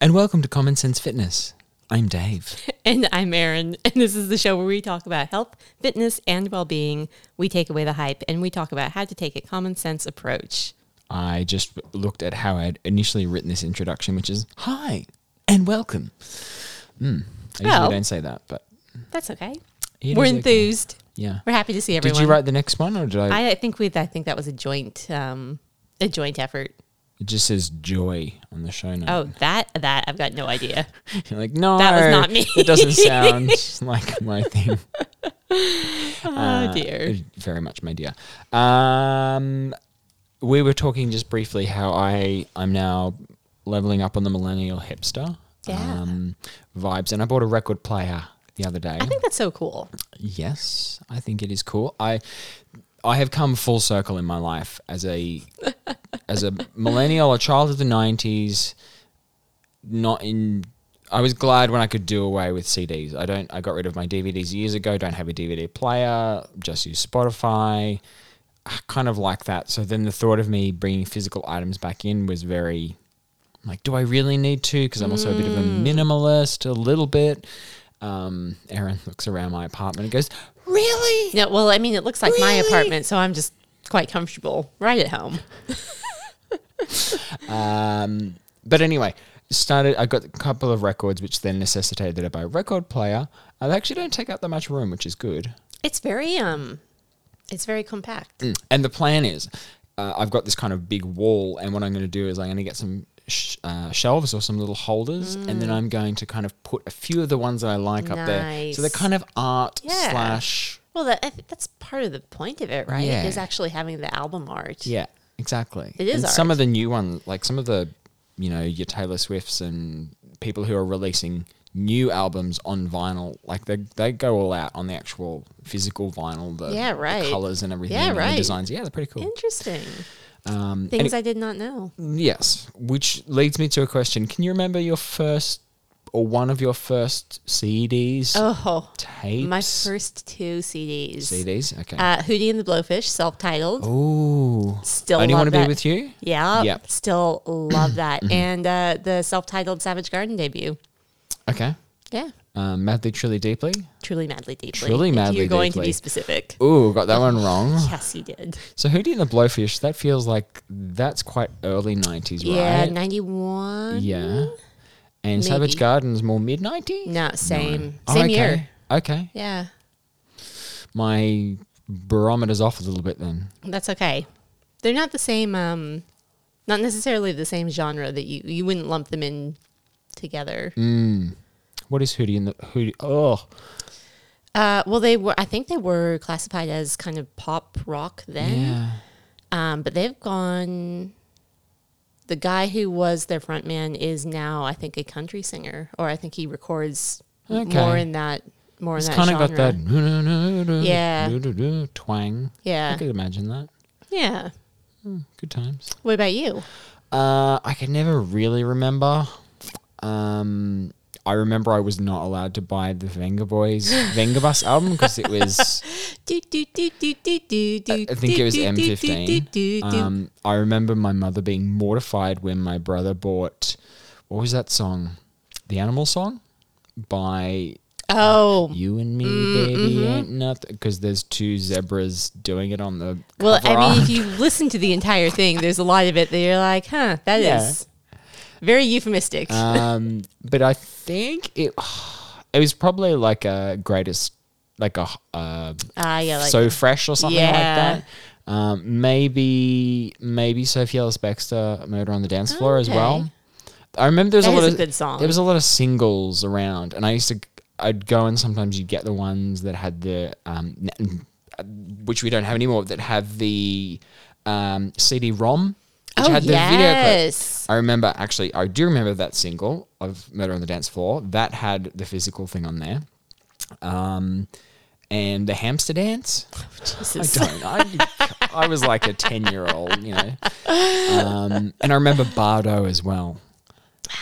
and welcome to Common Sense Fitness. I'm Dave. And I'm Erin, and this is the show where we talk about health, fitness, and well being. We take away the hype and we talk about how to take a common sense approach. I just looked at how I'd initially written this introduction, which is hi and welcome. Mm, I usually Well. don't say that, but That's okay. it We're is okay. enthused. Yeah. We're happy to see everyone. Did you write the next one, or did I? I, I think we. I think that was a joint, um, a joint effort. It just says joy on the show note. Oh, that that I've got no idea. You're like, no, That was not me." It doesn't sound like my thing. Oh Uh, dear. Very much, my dear. Um, we were talking just briefly how I I'm now leveling up on the millennial hipster Yeah. um, vibes, and I bought a record player the other day. I think that's so cool. yes, I think it is cool. I I have come full circle in my life as a as a millennial, a child of the '90s. Not in. I was glad when I could do away with CDs. I don't. I got rid of my DVDs years ago. Don't have a DVD player. Just use Spotify. I kind of like that. So then the thought of me bringing physical items back in was very like, do I really need to? Because I'm also a bit of a minimalist, a little bit. Um, Aaron looks around my apartment and goes, "Really? No, well, I mean, it looks like my Really? apartment, so I'm just quite comfortable right at home. Um, but anyway, started. I got a couple of records, which then necessitated that I buy a record player. I actually don't take up that much room, which is good. It's very um, it's very compact. And the plan is, uh, I've got this kind of big wall, and what I'm going to do is I'm going to get some sh- uh, shelves or some little holders, and Hmm. then I'm going to kind of put a few of the ones that I like up there. So they're Nice. kind of art Yeah. slash Well, that I think that's part of the point of it, right? Yeah. Is actually having the album art. Yeah, exactly. It is And some of the new ones, like some of the, you know, your Taylor Swifts and people who are releasing new albums on vinyl, like they they go all out on the actual physical vinyl, the, Yeah, right. colors and everything, Yeah, and the right. designs. Yeah, they're pretty cool. Interesting. Um, Things I did not know. and- yes, which leads me to a question: Can you remember your first or one of your first CDs? Oh, tapes, my first two CDs. CDs. Okay. Uh, Hootie and the Blowfish, self-titled. Oh. Ooh. Still Only love want to be that. with you. Mm-hmm. Yeah, Yep. still love that. and uh, the self-titled Savage Garden debut. Okay. Yeah, Um, madly, truly, deeply. truly madly deeply. Truly if Madly You're going to Deeply. be specific. Ooh, got that one wrong. Yes, you did. So Hootie and the Blowfish, that feels like that's quite early nineties, Yeah, right? ninety-one. yeah. And Savage Maybe. Garden's more mid nineties? No, same, Oh, same okay. year. Okay. Yeah, My barometer's off a little bit then. that's okay. They're not the same. Um, not necessarily the same genre that you you wouldn't lump them in together. Mm. What is Hootie and the Hootie oh Uh, well, they were. I think they were classified as kind of pop rock then. yeah. Um, but they've gone. The guy who was their frontman is now, I think, a country singer, or I think he records more Okay. in that more It's in that kinda genre. got that Yeah. yeah. twang. I Yeah, could imagine that. yeah. Good times. What about you? Uh, I can never really remember. Um, I remember I was not allowed to buy the Venga Boys Venga Bus album because it was. Do, do, do, do, do, do, do, I think it was do, do, do, do, M15. do, do. Um, I remember my mother being mortified when my brother bought what was that song, the Animal Song, by Oh, You and Me, Baby mm-hmm. Ain't Nothing, because there's two zebras doing it on the. well, cover I mean, art. if you listen to the entire thing, there's a lot of it that you're like, huh, that is Yeah. very euphemistic. um, but I think it it was probably like a greatest like a uh, Ah, yeah, like so fresh or something Yeah. like that. Um, maybe maybe Sophie Ellis Bextor Murder on the Dance Floor as well. Okay. I remember there was That a lot is a of good song. There was a lot of singles around, and I used to I'd go and sometimes you'd get the ones that had the um, n- which we don't have anymore that have the um, CD-ROM. Which oh, had the video clip. yes. I remember actually, I do remember that single of Murder on the Dance Floor that had the physical thing on there. Um, and the hamster dance. I Oh, Jesus. don't. I, I was like a 10 year old, you know. Um, and I remember Bardo as well.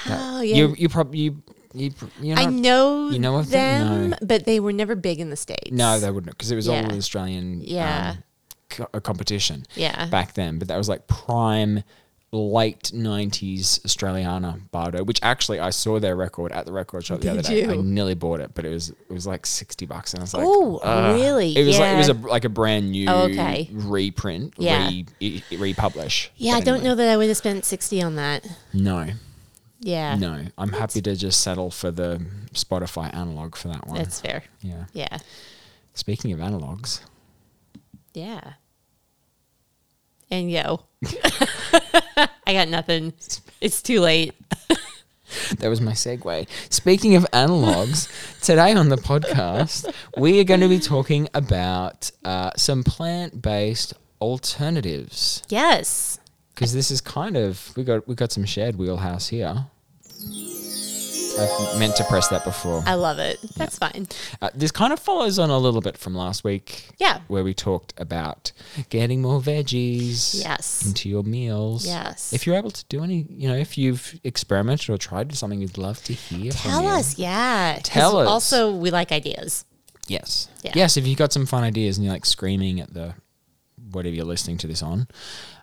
Oh, yeah. You, you probably, you, you, pr- you're I uh, not- know, you know of them? them, but they were never big in the States. No, they wouldn't, because it was all Yeah. Australian Yeah. um, co- competition Yeah. back then. But that was like prime late 90s Australiana Bardo, which actually I saw their record at the record shop the Did other day. I you? nearly bought it, but it was it was like 60 bucks and I was like, Oh, "Ugh." really? It was like it was a, Yeah. like a brand new Oh, okay. reprint, Yeah. re, i- i- republish. Yeah, But I don't anyway. know that I would have spent 60 on that. No. Yeah. No. I'm happy to just settle for the Spotify analog for that one. That's fair. yeah. Yeah. Speaking of analogs, Yeah. And yo. I got nothing. It's too late. That was my segue. Speaking of analogs, today on the podcast, we are going to be talking about uh, some plant based alternatives Yes. because this is kind of we got we got some shared wheelhouse here. I meant to press that before. I love it. That's fine. Uh, this kind of follows on a little bit from last week. Yeah. Where we talked about getting more veggies. Yes. Into your meals. Yes. If you're able to do any, you know, if you've experimented or tried something, you'd love to hear. from Tell you. us. Yeah. 'Cause Tell us. Also, we like ideas. Yes. Yeah. Yes, if you've got some fun ideas and you're like screaming at the whatever you're listening to this on,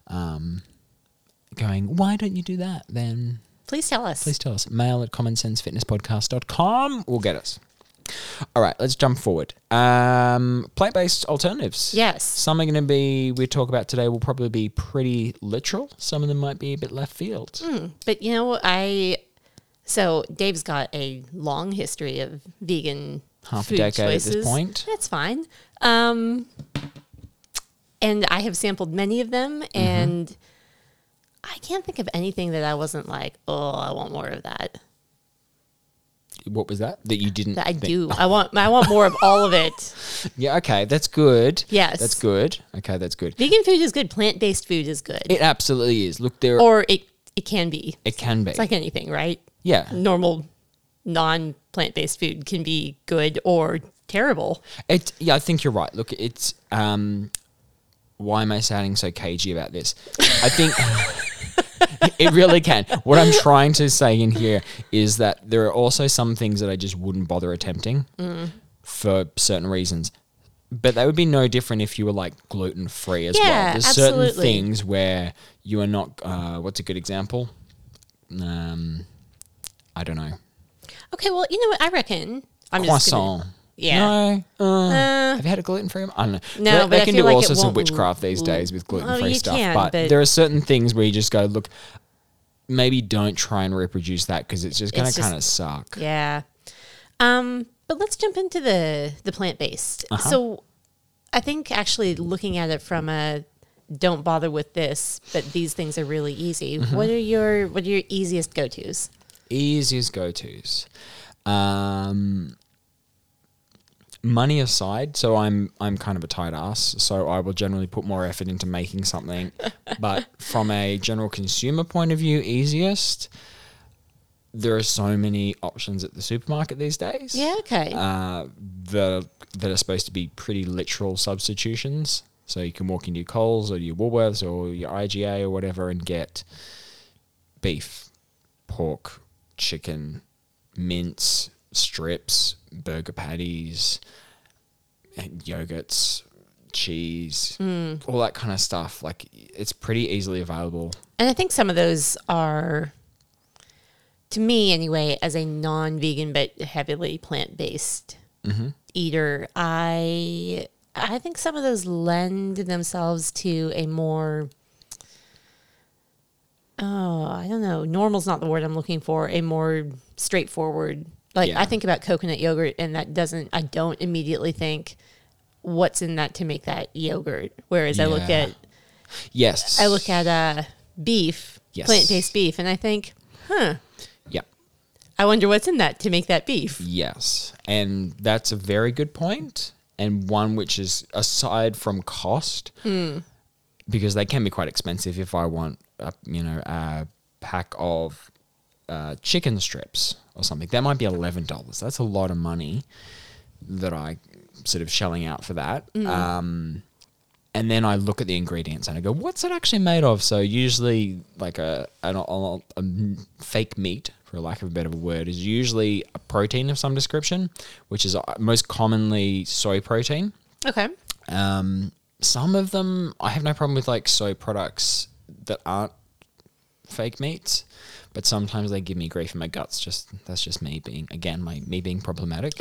um, going, why don't you do that? Then Please tell us. please tell us. Mail at commonsensefitnesspodcast.com will get us. All right, let's jump forward. Um, plant based alternatives. Yes. Some are going to be, we talk about today, will probably be pretty literal. Some of them might be a bit left field. But you know, I. So Dave's got a long history of vegan Half a food decade at this choices. point. That's fine. Um, and I have sampled many of them, Mm-hmm. and I can't think of anything that I wasn't like, oh, I want more of that. What was that? That you didn't. That I think- do. I want. I want more of all of it. Yeah, okay, that's good. Yes. That's good. Okay, that's good. Vegan food is good. Plant based food is good, It absolutely is. Look, there or it it can be. It can be. It's like anything, right? yeah. Normal, non plant based food can be good or terrible. It yeah, I think you're right. Look, it's um why am I sounding so cagey about this? I think it really can. What I'm trying to say in here is that there are also some things that I just wouldn't bother attempting Mm. for certain reasons. But that would be no different if you were like gluten free as well. Yeah, There's certain absolutely. things where you are not. Uh, what's a good example? Um, I don't know. Okay, well, you know what? I reckon I'm croissant. just gonna, yeah. No. uh, Uh, have you had a gluten free? I don't know. No, They- they, but I can feel do like all it sorts of won't- witchcraft these days with gluten free you stuff. can, but, but- there are certain things where you just go, look, maybe don't try and reproduce that because it's just going It's to just- kind of suck. yeah. Um, but let's jump into the the plant based. So, I think actually looking at it from a don't bother with this, but these things are really easy. What are your what are your easiest go tos? Easiest go tos. Um, money aside, so I'm I'm kind of a tight ass, so I will generally put more effort into making something. but from a general consumer point of view, easiest. There are so many options at the supermarket these days. Yeah, okay. Uh, the that are supposed to be pretty literal substitutions. So you can walk into your Coles or your Woolworths or your IGA or whatever and get beef, pork, chicken, mince, strips, burger patties, and yogurts, cheese, Hmm. all that kind of stuff. Like it's pretty easily available. And I think some of those are, to me anyway, as a non vegan but heavily plant based Mm-hmm. eater, I I think some of those lend themselves to a more oh, I don't know, normal's not the word I'm looking for, a more straightforward like Yeah. I think about coconut yogurt and that doesn't I don't immediately think what's in that to make that yogurt. Whereas I look Yeah. at Yes. I look at uh, beef, Yes. plant based beef, and I think, huh, Yep. I wonder what's in that to make that beef. Yes. And that's a very good point, and one which is aside from cost, because they can be quite expensive if I want, a, you know, a pack of uh, chicken strips or something. That might be $11. That's a lot of money that I sort of shelling out for that. Um, and then I look at the ingredients and I go, what's it actually made of? So usually, like a, an, a, a fake meat, for lack of a better word, is usually a protein of some description, which is uh, most commonly soy protein. Okay. Um, some of them I have no problem with, like soy products that aren't fake meats, but sometimes they give me grief in my guts. Just that's just me being again my me being problematic.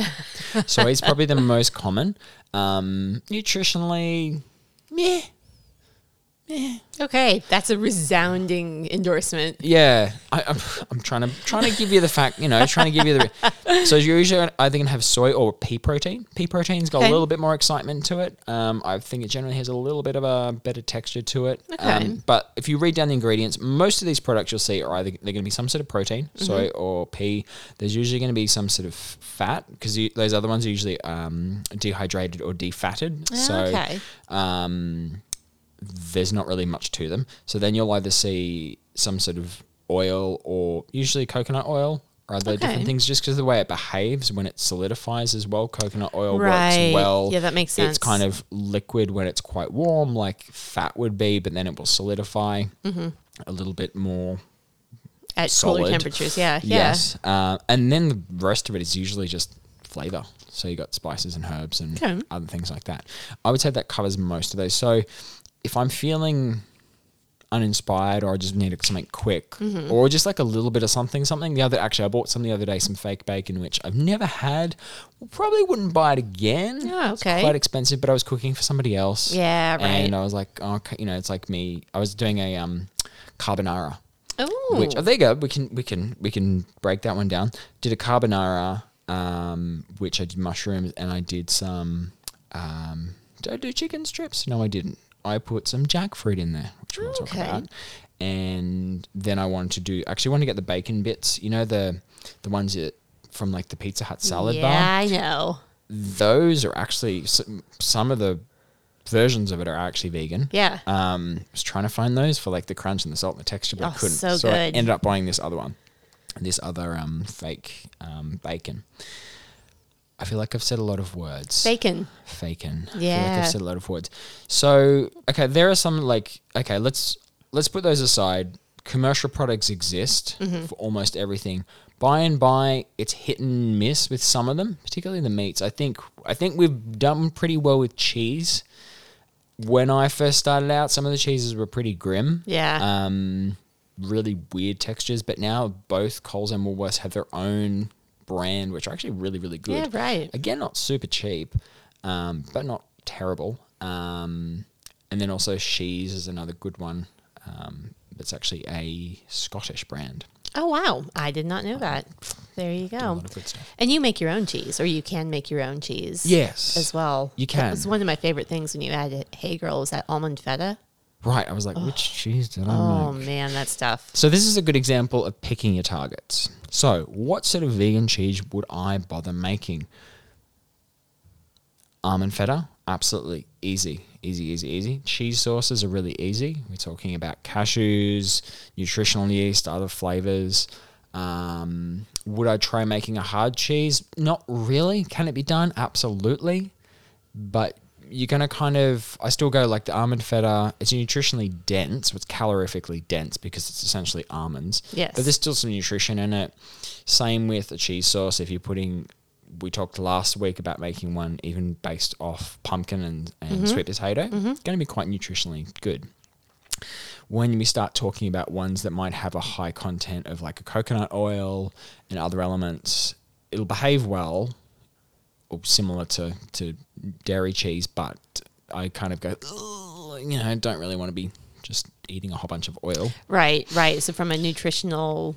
so it's probably the most common. Um, nutritionally, meh. Okay, that's a resounding endorsement. Yeah, I, I'm, I'm trying to trying to give you the fact, you know, trying to give you the. So usually, I think I have soy or pea protein. Pea protein's got Okay. a little bit more excitement to it. Um, I think it generally has a little bit of a better texture to it. Okay. Um, but if you read down the ingredients, most of these products you'll see are either they're going to be some sort of protein, Mm-hmm. soy or pea. There's usually going to be some sort of fat because those other ones are usually um, dehydrated or defatted. So okay. um, there's not really much to them. So then you'll either see some sort of oil or usually coconut oil or other Okay. different things just because the way it behaves when it solidifies as well. Coconut oil Right. works well. Yeah, that makes sense. It's kind of liquid when it's quite warm, like fat would be, but then it will solidify Mm-hmm. a little bit more At solid. cooler temperatures, yeah, yeah. Yes. Uh, and then the rest of it is usually just flavor. So you got spices and herbs and Okay. other things like that. I would say that covers most of those. So if I'm feeling uninspired or I just need something quick Mm-hmm. or just like a little bit of something, something, the other, actually, I bought some the other day, some fake bacon, which I've never had. Probably wouldn't buy it again. Oh, It's okay. quite expensive, but I was cooking for somebody else. Yeah, right. And I was like, oh, okay, you know, it's like me. I was doing a um, carbonara Oh, which oh, there you go. We can we can we can break that one down. Did a carbonara, um, which I did mushrooms, and I did some. Um, did I do chicken strips? No, I didn't. I put some jackfruit in there, which we'll talk Okay. about. And then I wanted to do. Actually, wanted to get the bacon bits. You know the the ones that from like the Pizza Hut salad yeah, bar I know. those are actually some, some of the versions of it are actually vegan. Yeah. Um, was trying to find those for like the crunch and the salt and the texture, but I Oh, couldn't. so I good. ended up buying this other one, this other um fake um bacon. I feel like I've said a lot of words. Bacon. Faken. I feel like Yeah. I've said a lot of words. So okay, there are some like okay, let's let's put those aside. Commercial products exist Mm-hmm. for almost everything. By and by, it's hit and miss with some of them, particularly the meats. I think I think we've done pretty well with cheese. When I first started out, some of the cheeses were pretty grim Yeah. um, really weird textures. But now both Coles and Woolworths have their own brand, which are actually really, really good. Yeah, right. Again, not super cheap, um, but not terrible. Um, and then also Shees is another good one. Um, it's actually a Scottish brand. oh, wow. I did not know that. There you A go. lot of good stuff. And you make your own cheese, or you can make your own cheese. Yes. As well. You That can. was one of my favorite things when you added Hey Girl was that almond feta. Right. I was like, which cheese did I make? Oh, man, that stuff. So this is a good example of picking your targets. So, what sort of vegan cheese would I bother making? Almond feta, absolutely easy, easy, easy, easy. Cheese sauces are really easy. We're talking about cashews, nutritional yeast, other flavors. Um, would I try making a hard cheese? Not really. Can it be done? Absolutely but you're going to kind of i still go like the almond feta it's nutritionally dense it's calorifically dense because it's essentially almonds Yes. but there's still some nutrition in it same with a cheese sauce if you're putting we talked last week about making one even based off pumpkin and, and sweet potato it's going to be quite nutritionally good when we start talking about ones that might have a high content of like a coconut oil and other elements it'll behave well or similar to, to dairy cheese, but I kind of go, "Ugh," you know, I don't really want to be just eating a whole bunch of oil. Right, right. So, from a nutritional.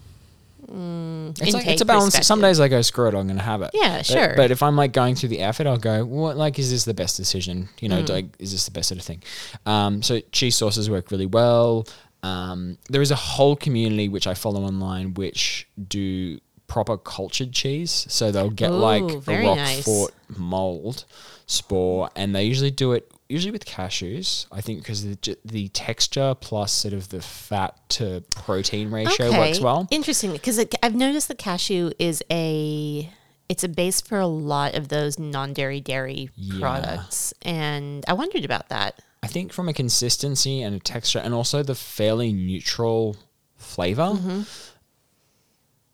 Mm, It's, like, intake it's a balance. Some perspective. days I go, screw it, I'm going to have it. Yeah, But- sure. But, if I'm like going through the effort, I'll go, what, like, is this the best decision? You Mm. know, like, is this the best sort of thing? Um, so cheese sauces work really well. Um, there is a whole community which I follow online which do proper cultured cheese. So they'll get like Ooh, a very nice. Roquefort mold spore, and they usually do it usually with cashews. I think because the, j- the texture plus sort of the fat to protein ratio works well. Interesting, because I've noticed that cashew is a it's a base for a lot of those non-dairy dairy Yeah. products, and I wondered about that. I think from a consistency and a texture, and also the fairly neutral flavor, Mm-hmm.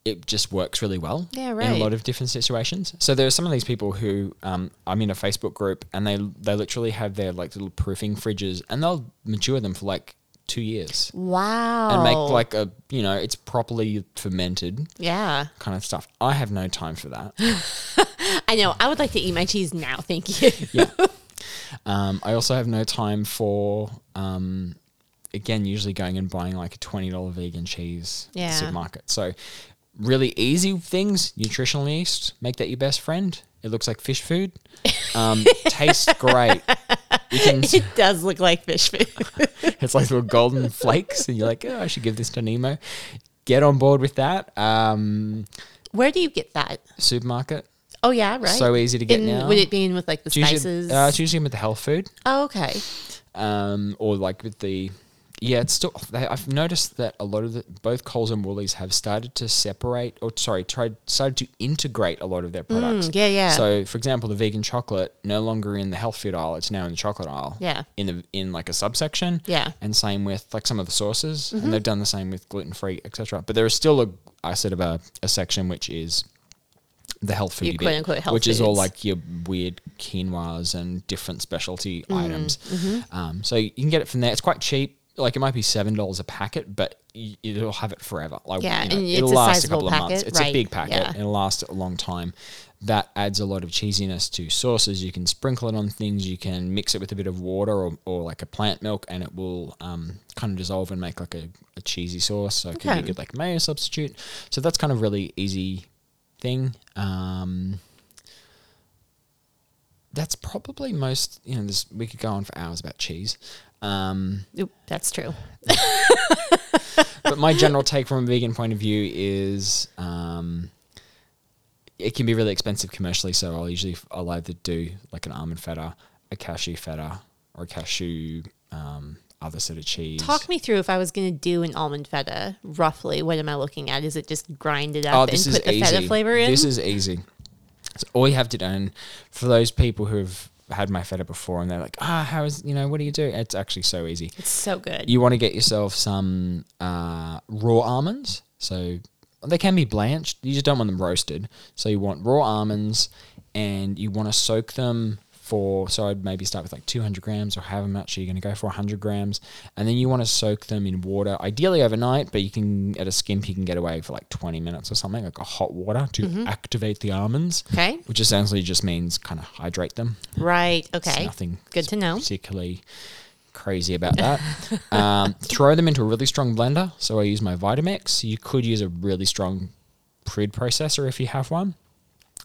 it just works really well. Yeah, In a right. lot of different situations. So there are some of these people who um, I'm in a Facebook group, and they they literally have their like little proofing fridges, and they'll mature them for like two years Wow. and make like a you know it's properly fermented Yeah. kind of stuff. I have no time for that. I know. I would like to eat my cheese now. Thank you. Yeah. um, I also have no time for, um, again, usually going and buying like a $20 vegan cheese at Yeah. the supermarket. So, really easy things, nutritional yeast, make that your best friend. It looks like fish food. Um, tastes great. You can, it does look like fish food. it's like little golden flakes, and you're like, oh, I should give this to Nemo. Get on board with that. Um, Where do you get that? supermarket, Oh yeah, right. so easy to get in, now. Would it be in with like the It's usually- spices? uh, it's usually with the health food. oh okay. um, or like with the yeah, it's still. They, I've noticed that a lot of the, both Coles and Woolies have started to separate, or sorry, tried started to integrate a lot of their products. Mm, yeah, yeah. So, for example, the vegan chocolate no longer in the health food aisle; it's now in the chocolate aisle. Yeah. in a, in like a subsection. Yeah. Mm-hmm. and same with like some of the sauces, and they've done the same with gluten free, etc. But there is still a I said of a, a section which is the health food, Your quote-unquote health which is all foods. like your weird quinoas and different specialty Mm, items. mm-hmm. Um, so you can get it from there. It's quite cheap. Like it might be seven dollars a packet, but y- it'll have it forever. Like Yeah, you know, and it's it'll a last a sizable couple of months. packet, It's a right, big packet. yeah. It'll last a long time. That adds a lot of cheesiness to sauces. You can sprinkle it on things. You can mix it with a bit of water or, or like a plant milk, and it will um, kind of dissolve and make like a, a cheesy sauce. So it could be Okay. a good like mayo substitute. So that's kind of really easy thing. Um, that's probably most. You know, this we could go on for hours about cheese. Um, Oop, that's true. but my general take from a vegan point of view is um, it can be really expensive commercially. So I'll usually I'll either do like an almond feta, a cashew feta, or a cashew um, other sort of cheese. Talk me through if I was going to do an almond feta. Roughly, what am I looking at? Is it just grind it oh, up and this put is the easy. feta flavor in? This is easy. So all you have to do, and for those people who have had my feta before, and they're like, ah, how is you know what do you do? It's actually so easy. it's so good. you want to get yourself some uh, raw almonds. So they can be blanched. You just don't want them roasted. So you want raw almonds, and you want to soak them for. So I'd maybe start with like 200 grams, or however much you're going to go for 100 grams, and then you want to soak them in water, ideally overnight. But you can at a skimp, you can get away for like 20 minutes or something, like a hot water to activate the almonds. Okay. Which essentially just means kind of hydrate them. right. It's Okay. nothing Good to know. particularly crazy about that. um, throw them into a really strong blender. So I use my Vitamix. You could use a really strong food processor if you have one.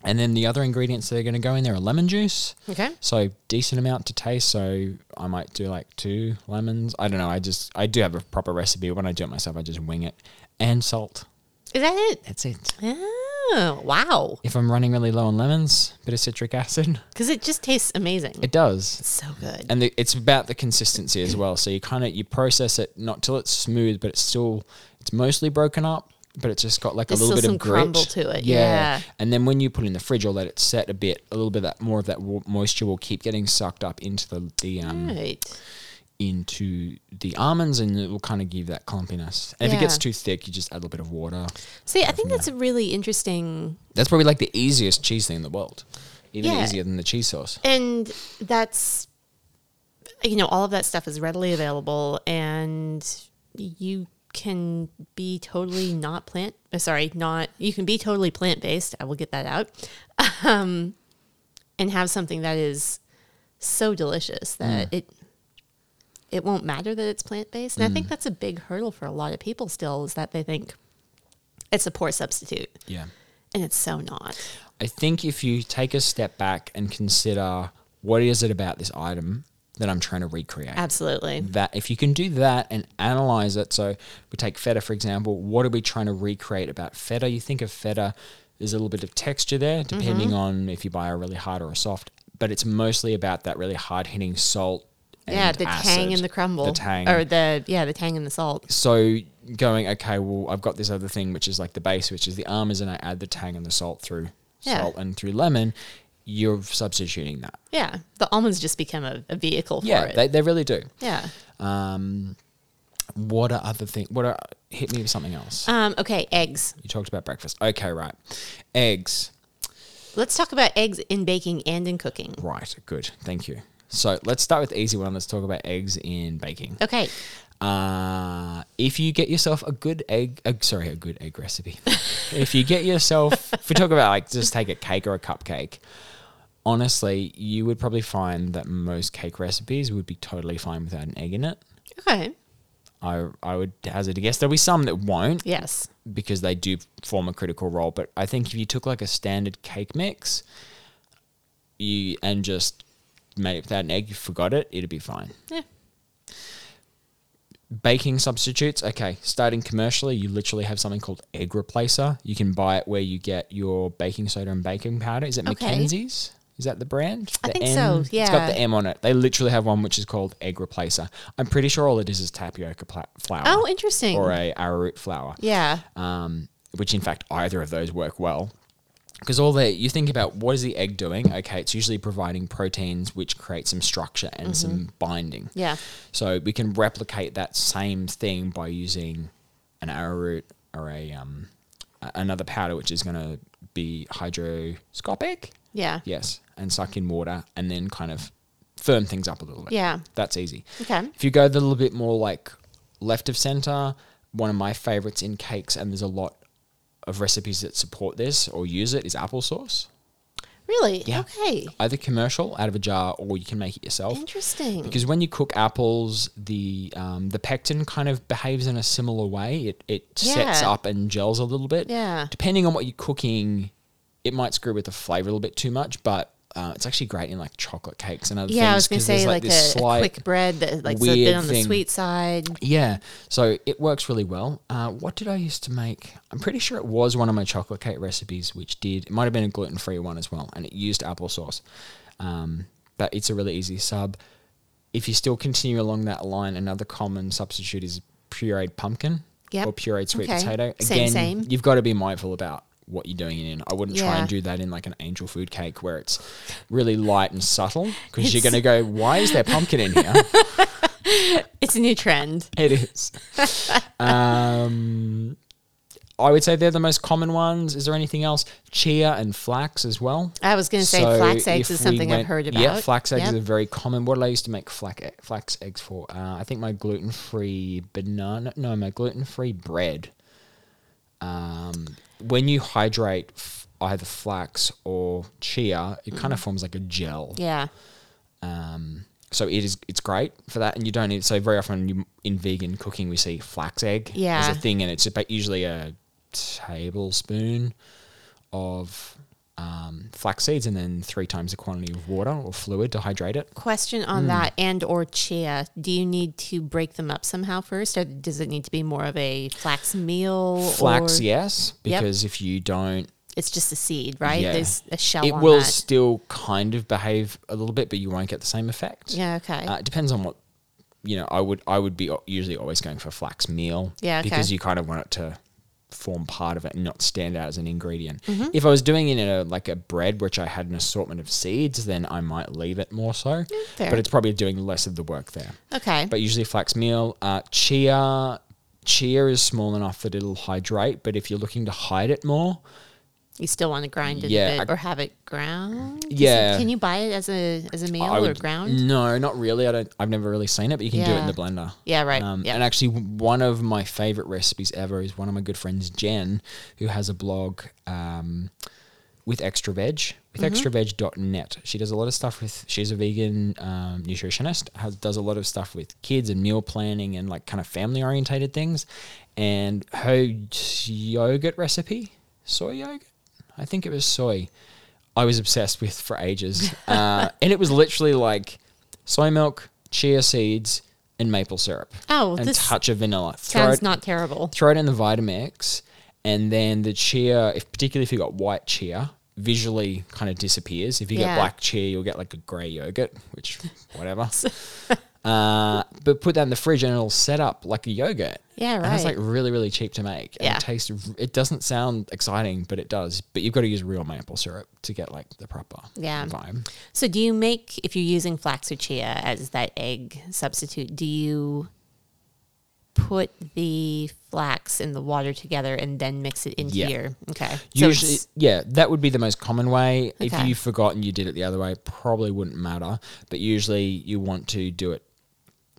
And then the other ingredients that are going to go in there are lemon juice. Okay. So decent amount to taste. So I might do like two lemons. I don't know. I just I do have a proper recipe. When I do it myself, I just wing it. And salt. Is that it? That's it. Oh wow! If I'm running really low on lemons, bit of citric acid. Because it just tastes amazing. It does. so good. and the, it's about the consistency as well. So you kind of you process it not till it's smooth, but it's still it's mostly broken up, but it's just got like There's a little still bit some of grit. crumble to it, yeah. And then when you put it in the fridge or let it set a bit, a little bit of that more of that wa- moisture will keep getting sucked up into the the um right. into the almonds, and it will kind of give that clumpiness. And if it gets Yeah. too thick, you just add a little bit of water. See, I think that's a really interesting, That's probably like the easiest cheese thing in the world, even Yeah. easier than the cheese sauce. and that's you know all of that stuff is readily available, and you can be totally not plant. uh, Sorry, not you can be totally plant based. I will get that out, um, and have something that is so delicious that it it won't matter that it's plant based. And I think that's a big hurdle for a lot of people still is that they think it's a poor substitute. Yeah. And it's so not. I think if you take a step back and consider what is it about this item that I'm trying to recreate. Absolutely. That if you can do that and analyze it, so we take feta for example, what are we trying to recreate about feta? You think of feta, there's a little bit of texture there, Mm-hmm. depending on if you buy a really hard or a soft, but it's mostly about that really hard hitting salt. yeah, and the tang acid, and the crumble. The tang Or the yeah, the tang and the salt. so going okay well i've got this other thing which is like the base which is the almonds and i add the tang and the salt through Yeah. salt and through lemon you're substituting that Yeah. The almonds just become a, a vehicle for yeah it. they, they really do yeah. um what are other things what are hit me with something else Um, okay, eggs. you talked about breakfast okay right eggs Let's talk about eggs in baking and in cooking. right good thank you so let's start with the easy one let's talk about eggs in baking Okay. Uh, if you get yourself a good egg, uh, sorry, a good egg recipe. if you get yourself, if we talk about like just take a cake or a cupcake, honestly, you would probably find that most cake recipes would be totally fine without an egg in it. Okay. I I would hazard a guess there'll be some that won't Yes. because they do form a critical role. But I think if you took like a standard cake mix, you and just made it without an egg, you forgot it, it'd be fine. Yeah. Baking substitutes, okay. Starting commercially, you literally have something called egg replacer. You can buy it where you get your baking soda and baking powder. Is it Okay. Mackenzie's? Is that the brand? I The think so, It's got the yeah. M on it. They literally have one which is called egg replacer. I'm pretty sure all it is is tapioca pla- flour. Oh, interesting. Or a arrowroot flour Yeah. um, which in fact either of those work well. Because all that you think about what is the egg doing? Okay, it's usually providing proteins which create some structure and Mm-hmm. some binding. Yeah. So we can replicate that same thing by using an arrowroot or a um, a- another powder which is going to be hydroscopic. Yeah. Yes, and suck in water and then kind of firm things up a little bit. Yeah. That's easy. Okay. If you go a little bit more like left of center, one of my favorites in cakes, and there's a lot of recipes that support this or use it, is applesauce. Really? Yeah. Okay. Either commercial out of a jar or you can make it yourself. Interesting. Because when you cook apples, the um, the pectin kind of behaves in a similar way. It it sets Yeah. up and gels a little bit. Yeah. Depending on what you're cooking, it might screw with the flavor a little bit too much, but uh, it's actually great in like chocolate cakes and other yeah, I was things. gonna 'cause there's, say like, a, a quick bread that like so a weird bit on the thing. sweet side. Yeah, so it works really well. Uh, what did I used to make? I'm pretty sure it was one of my chocolate cake recipes, which did. It might have been a gluten free one as well, and it used applesauce. Um, but it's a really easy sub. If you still continue along that line, another common substitute is pureed pumpkin Yep. or pureed sweet Okay. potato. Same, Again, same. you've got to be mindful about what you're doing it in. I wouldn't try Yeah. and do that in like an angel food cake where it's really light and subtle because you're It's- going to go, why is there pumpkin in here? It's a new trend. It is. um, I would say they're the most common ones. Is there anything else? Chia and flax as well. I was gonna say flax eggs if is we something I've went- heard about. Yeah, flax eggs Yep. are very common. What did I used to make flax, e-, flax eggs for? Uh, I think my gluten free banana. No, my gluten free bread. Um, when you hydrate f- either flax or chia, it Mm. kind of forms like a gel. Yeah. Um, so it is it's great for that, and you don't need. So very often you, in vegan cooking, we see flax egg Yeah. as a thing, and it's about usually a tablespoon of um, flax seeds, and then three times the quantity of water or fluid to hydrate it. Question Hmm. on that and or chia. Do you need to break them up somehow first, or does it need to be more of a flax meal? Flax, or yes, Yep. because if you don't, It's just a seed, right? Yeah. There's a shell. it on will That. still kind of behave a little bit, but you won't get the same effect. Yeah. Okay. Uh, it depends on what you know. I would I would be o- usually always going for flax meal. Yeah, okay. Because you kind of want it to form part of it and not stand out as an ingredient. Mm-hmm. If I was doing it in a like a bread which I had an assortment of seeds, then I might leave it more so. fair. But it's probably doing less of the work there. okay. But usually flax meal, uh, chia. Chia is small enough that it'll hydrate, but if you're looking to hide it more, you still want to grind it Yeah, a bit I- or have it ground? Is it- Yeah. can you buy it as a as a meal I or ground? No, not really. I don't. I've never really seen it, but you can do it in Yeah. the blender. Yeah, right. Um, Yeah. And actually, w- one of my favorite recipes ever is one of my good friends, Jen, who has a blog um, with extra veg, with Mm-hmm. extraveg.net. She does a lot of stuff with, she's a vegan um, nutritionist, has, does a lot of stuff with kids and meal planning and like kind of family orientated things. And her yogurt recipe, soy yogurt, I think it was soy, I was obsessed with for ages. Uh, and it was literally like soy milk, chia seeds, and maple syrup. Oh, and this touch of vanilla. Throw sounds it, not terrible. throw it in the Vitamix, and then the chia, if particularly if you got white chia, visually kind of disappears. If you get Yeah. black chia, you'll get like a grey yogurt, which whatever. uh, but put that in the fridge and it'll set up like a yogurt. Yeah, And it's like right. really, really cheap to make. And Yeah. it tastes. r- It doesn't sound exciting, but it does. But you've got to use real maple syrup to get like the proper Yeah. vibe. So, do you make if you're using flax or chia as that egg substitute? Do you put the flax and the water together and then mix it into Yeah. your okay? So Usually, it's- yeah, that would be the most common way. If Okay. you forgot and you did it the other way, probably wouldn't matter. But usually, you want to do it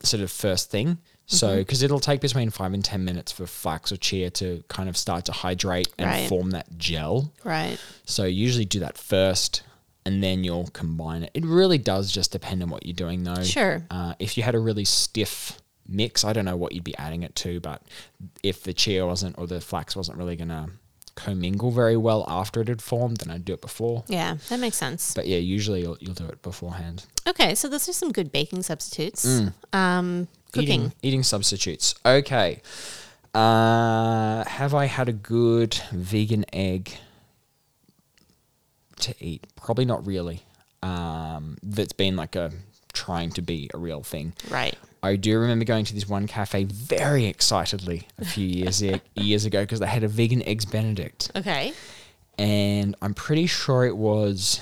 sort of first thing Mm-hmm. So, because it'll take between five and 10 minutes for flax or chia to kind of start to hydrate and Right. form that gel. Right. So, you usually do that first and then you'll combine it. It really does just depend on what you're doing, though. Sure. Uh, if you had a really stiff mix, I don't know what you'd be adding it to, but if the chia wasn't or the flax wasn't really going to commingle very well after it had formed, then I'd do it before. Yeah, that makes sense. But yeah, usually you'll, you'll do it beforehand. Okay, so those are some good baking substitutes. Um, cooking. Mm. Eating, eating substitutes. Okay. Uh, have I had a good vegan egg to eat? Probably not really. Um, that's been like a trying to be a real thing. Right. I do remember going to this one cafe very excitedly a few years e- years ago because they had a vegan eggs Benedict, Okay. and I'm pretty sure it was,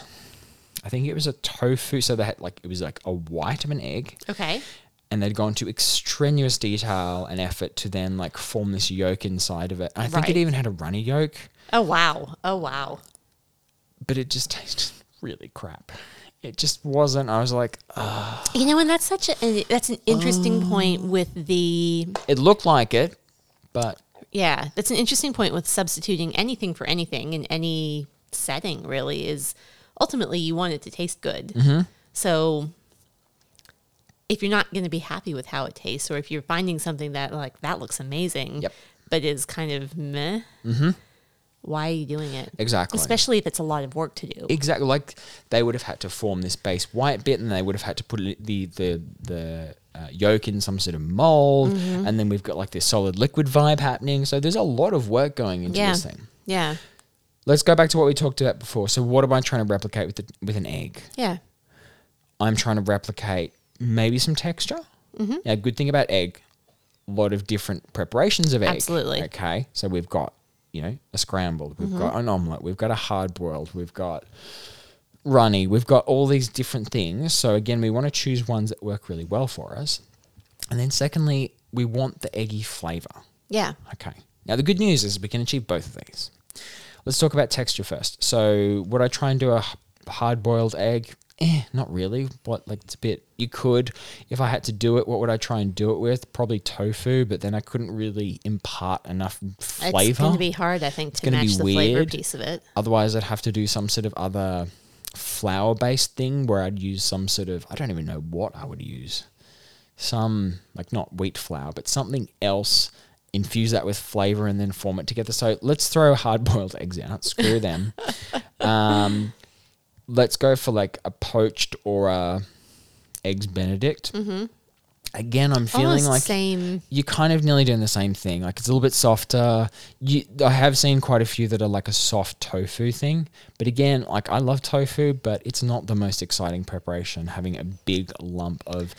I think it was a tofu. So they had like it was like a white of an egg, Okay. and they'd gone to extraneous detail and effort to then like form this yolk inside of it. And I think Right. it even had a runny yolk, Oh wow. Oh wow. but it just tasted really crap. It just wasn't. I was like, uh, You know, and that's such a that's an Oh. interesting point with the it looked like it, but yeah, that's an interesting point with substituting anything for anything in any setting really is ultimately you want it to taste good. Mm-hmm. So if you're not going to be happy with how it tastes or if you're finding something that like that looks amazing Yep. Mm-hmm. but is kind of meh, why are you doing it? exactly. Especially if it's a lot of work to do. Exactly, like they would have had to form this base white bit, and they would have had to put it- the the the uh, yolk in some sort of mold, Mm-hmm. and then we've got like this solid liquid vibe happening. So there's a lot of work going into yeah. this thing. Yeah. Let's go back to what we talked about before. So what am I trying to replicate with the, with an egg? Yeah. I'm trying to replicate maybe some texture. Now, good thing about egg, a lot of different preparations of egg. Absolutely. Okay, so we've got you know a scrambled, we've got an omelette, we've got a hard boiled, we've got runny, we've got all these different things. So again, we want to choose ones that work really well for us, and then secondly, we want the eggy flavor. Yeah. Okay. Now, the good news is we can achieve both of these. Let's talk about texture first. So, would I try and do a hard boiled egg? Eh, not really. What, like, it's a bit. You could. If I had to do it, what would I try and do it with? Probably tofu, but then I couldn't really impart enough flavor. It's going to be hard, I think, to gonna be match the flavor weird. piece of it. Otherwise, I'd have to do some sort of other flour based thing where I'd use some sort of, I don't even know what I would use. Some, like not wheat flour, but something else, infuse that with flavor and then form it together. So let's throw hard boiled eggs out, screw them. um, let's go for like a poached or a eggs Benedict. Mm-hmm. Again, I'm feeling Almost like same. you're kind of nearly doing the same thing. Like it's a little bit softer. You, I have seen quite a few that are like a soft tofu thing, but again, like I love tofu, but it's not the most exciting preparation. Having a big lump of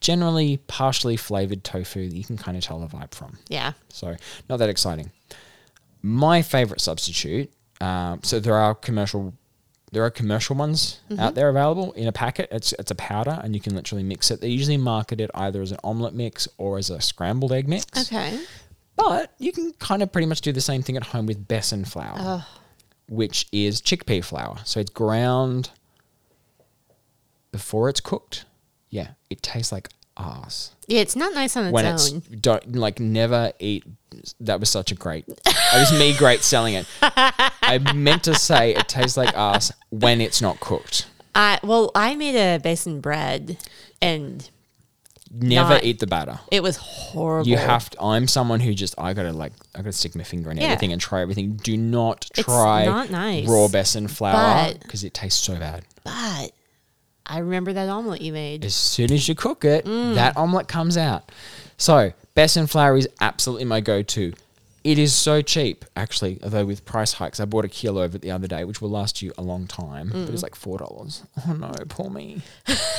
generally partially flavored tofu that you can kind of tell the vibe from. Yeah. So not that exciting. My favorite substitute. Um, so there are commercial, there are commercial ones out there available in a packet. It's it's a powder, and you can literally mix it. They usually market it either as an omelet mix or as a scrambled egg mix. Okay. But you can kind of pretty much do the same thing at home with besan flour, which is chickpea flour. So it's ground before it's cooked. Yeah, it tastes like ass Yeah, it's not nice on its when own. it's don't like never eat. That was such a great. That was me great selling it. I meant to say it tastes like ass when it's not cooked. I well, I made a basin bread, and Never Not- eat the batter. it was horrible. You have to. I'm someone who just I gotta like I gotta stick my finger in Yeah. everything and try everything. Do not It's try not nice. raw besan flour But- because it tastes so bad. but I remember that omelet you made. As soon as you cook it, Mm. that omelet comes out. So, besan flour is absolutely my go-to. It is so cheap, actually. Although with price hikes, I bought a kilo of it the other day, which will last you a long time. But it's like four dollars. Oh no, poor me.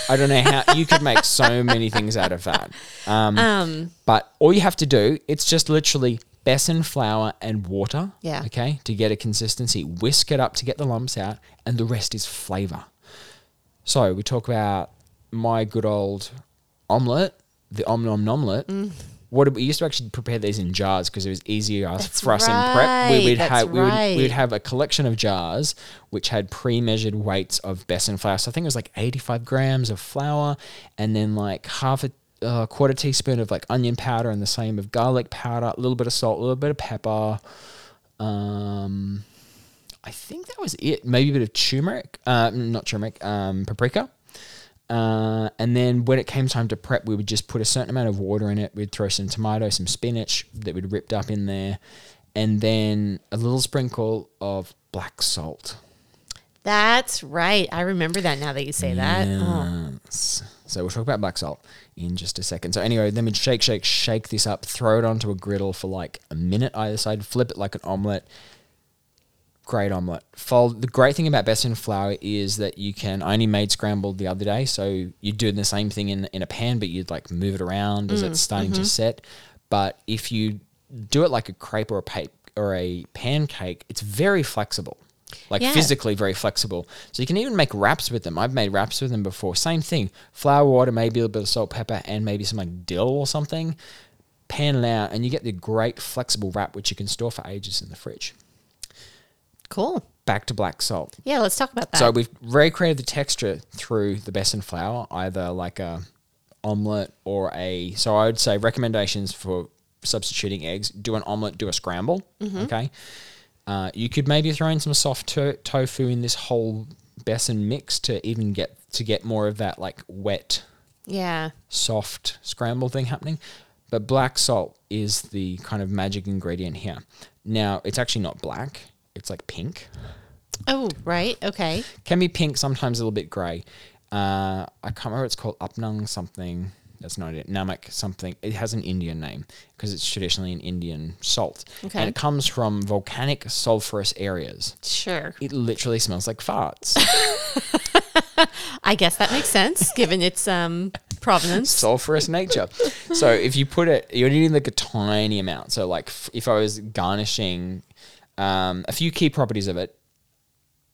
I don't know how you could make so many things out of that. Um, Um, but all you have to do, it's just literally besan flour and water. Yeah. Okay, to get a consistency, whisk it up to get the lumps out, and the rest is flavor. So we talk about my good old omelette, the om nom nomlet. Mm. What did we we used to actually prepare these in jars because it was easier us- That's for us in prep. We right, would that's have we would, we right. would have a collection of jars which had pre-measured weights of besan flour. So I think it was like eighty-five grams of flour, and then like half a a quarter teaspoon of like onion powder and the same of garlic powder, a little bit of salt, a little bit of pepper. Um, I think that was it. Maybe a bit of turmeric, uh, not turmeric, um, paprika. Uh, and then when it came time to prep, we would just put a certain amount of water in it. We'd throw some tomato, some spinach that we'd ripped up in there, and then a little sprinkle of black salt. That's right. I remember that now that you say that. Oh. Yes. So we'll talk about black salt in just a second. So anyway, then we'd shake, shake, shake this up, throw it onto a griddle for like a minute either side, flip it like an omelet. Great omelet. Fold. The great thing about best in flour is that you can. I only made scrambled the other day, so you're doing the same thing in in a pan, but you'd like move it around as it's starting to set. But if you do it like a crepe or a pa- or a pancake, it's very flexible. Like Yeah. physically physically very flexible. So you can even make wraps with them. I've made wraps with them before. Same thing. Flour, water, maybe a little bit of salt, pepper, and maybe some like dill or something. Pan it out, and you get the great flexible wrap, which you can store for ages in the fridge. Cool. Back to black salt. Yeah, let's talk about that. So we've recreated the texture through the best in flour, either like a omelet or a. So I would say recommendations for substituting eggs: do an omelet, do a scramble. Okay, uh, you could maybe throw in some soft to- tofu in this whole besan mix to even get to get more of that like wet, yeah. soft scramble thing happening. But black salt is the kind of magic ingredient here. Now it's actually not black; it's like pink Oh, right. Okay. can be pink, sometimes a little bit grey. Uh, I can't remember. what It's called Upnung something. That's not it. Namak something. It has an Indian name because it's traditionally an Indian salt, Okay. and it comes from volcanic sulfurous areas. Sure. It literally smells like farts. I guess that makes sense given its um provenance. sulfurous nature. So if you put it, you're needing like a tiny amount. So like f- if I was garnishing, um, a few key properties of it,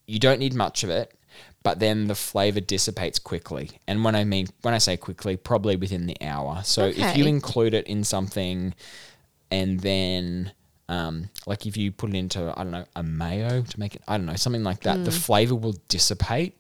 you don't need much of it, but then the flavor dissipates quickly. And when I mean when I say quickly, probably within the hour. So if you Okay. include it in something, and then. Um, like if you put it into I don't know a mayo to make it I don't know something like that, Hmm. the flavor will dissipate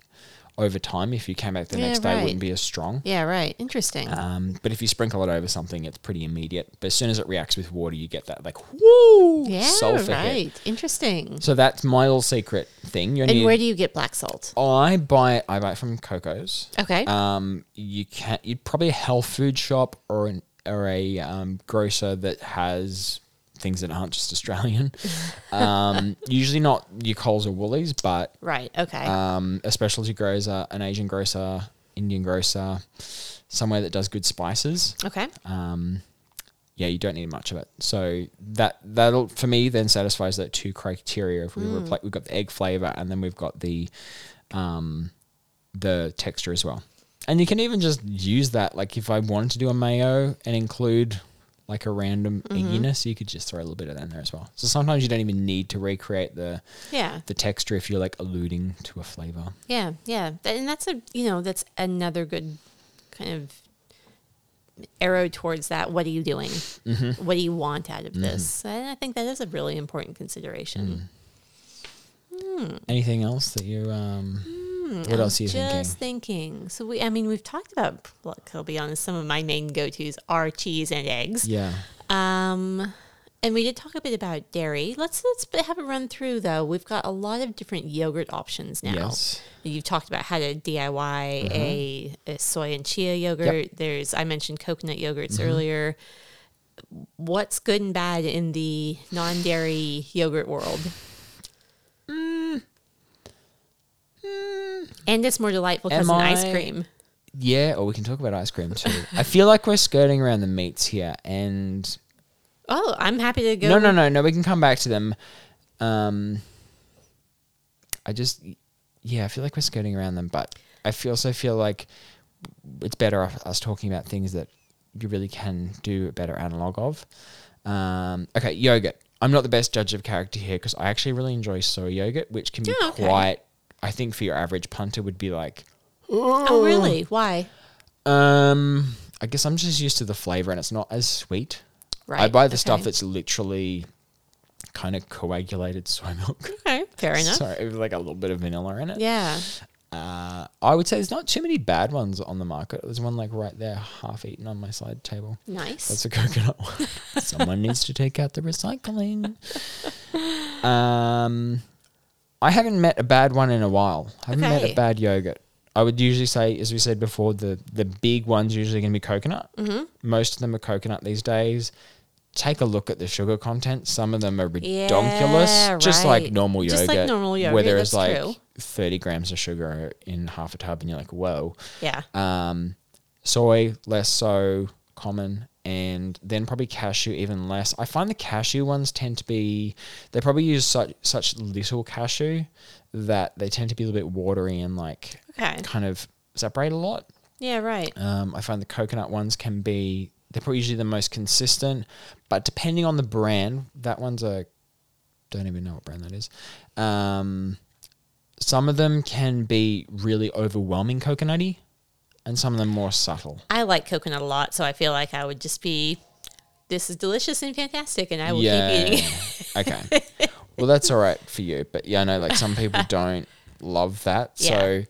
over time. If you came back the Yeah, next day, it right. wouldn't be as strong. Yeah, right. Interesting. Um, but if you sprinkle it over something, it's pretty immediate. But as soon as it reacts with water, you get that like woo yeah, sulfur hit. right. Interesting. So that's my little secret thing. You And need, where do you get black salt? I buy it. I buy it from Coco's. Okay. Um, you can you'd probably a health food shop or an or a um, grocer that has things that aren't just Australian. Um, usually not your Coles or Woolies, but right. Okay. um, a specialty grocer, an Asian grocer, Indian grocer, somewhere that does good spices okay. um, yeah, you don't need much of it. So that that'll for me then satisfies that two criteria. If we repla- we've got the egg flavor and then we've got the um, the texture as well. And you can even just use that. Like if I wanted to do a mayo and include like a random egginess, you could just throw a little bit of that in there as well. So sometimes you don't even need to recreate the Yeah. the texture if you're like alluding to a flavor. Yeah. Yeah. Th- And that's a, you know, that's another good kind of arrow towards that. What are you doing? What do you want out of this? And I think that is a really important consideration. Anything else that you um what else are you thinking? Just thinking. So we, I mean, we've talked about, look, I'll be honest, some of my main go-tos are cheese and eggs. Yeah. Um, and we did talk a bit about dairy. Let's let's b- have a run through though. We've got a lot of different yogurt options now. Yes. Mm-hmm. You've talked about how to DIY a, a soy and chia yogurt. There's I mentioned coconut yogurts Mm-hmm. earlier. What's good and bad in the non-dairy yogurt world? Mm. Mm. And it's more delightful because Am an ice I- cream. Yeah, or we can talk about ice cream too. I feel like we're skirting around the meats here, and Oh, I'm happy to go. no, no, no, no. We can come back to them. Um, I just, yeah, I feel like we're skirting around them, but I feel, also feel like it's better off us talking about things that you really can do a better analog of. Um, okay, yogurt. I'm not the best judge of character here because I actually really enjoy soy yogurt, which can be Oh, okay. quite. I think for your average punter would be like Oh, really? Why? Um, I guess I'm just used to the flavor, and it's not as sweet. I Right, buy the stuff okay. that's literally kind of coagulated soy milk. Okay, fair enough. Sorry, with like a little bit of vanilla in it. Yeah. Uh, I would say there's not too many bad ones on the market. There's one like right there, half eaten on my side table. Nice. That's a coconut one. Someone needs to take out the recycling. Um, I haven't met a bad one in a while. I haven't met Okay. a bad yogurt. I would usually say, as we said before, the the big ones usually going to be coconut. Mm-hmm. Most of them are coconut these days. Take a look at the sugar content. Some of them are ridiculous, Yeah, just like right. normal yogurt. Just like normal yogurt, where there is that's like true. thirty grams of sugar in half a tub, and you're like, whoa. yeah. Um, soy less so common, and then probably cashew even less. I find the cashew ones tend to be they probably use such such little cashew that they tend to be a little bit watery and like Okay. kind of separate a lot. Yeah, right. Um, I find the coconut ones can be they're probably usually the most consistent, but depending on the brand, that one's a don't even know what brand that is. Um, some of them can be really overwhelming coconutty, and some of them more subtle. I like coconut a lot, so I feel like I would just be this is delicious and fantastic and I will keep eating it. okay. Well, that's all right for you, but yeah, I know like some people don't love that, so.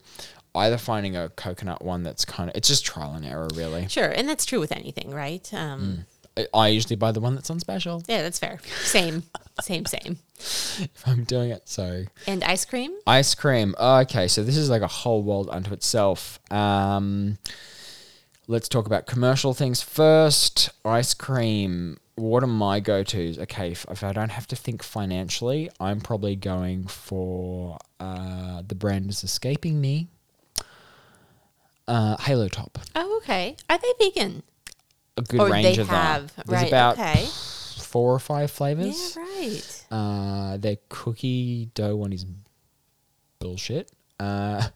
Either finding a coconut one that's kind of, it's just trial and error, really. Sure. And that's true with anything, right? Um, I- I usually buy the one that's on special Yeah, that's fair. Same, same, same. if I'm doing it. So, And ice cream? Ice cream. Oh, okay, so this is like a whole world unto itself. Um, let's talk about commercial things first. Ice cream. What are my go tos? Okay, if, if I don't have to think financially, I'm probably going for uh, the brand is escaping me. Uh, Halo Top. Oh, okay. Are they vegan? A good Or range Oh, they of have. that. There's Right. about okay. four or five Yeah, flavors. right. Uh, their cookie dough one is bullshit. Uh,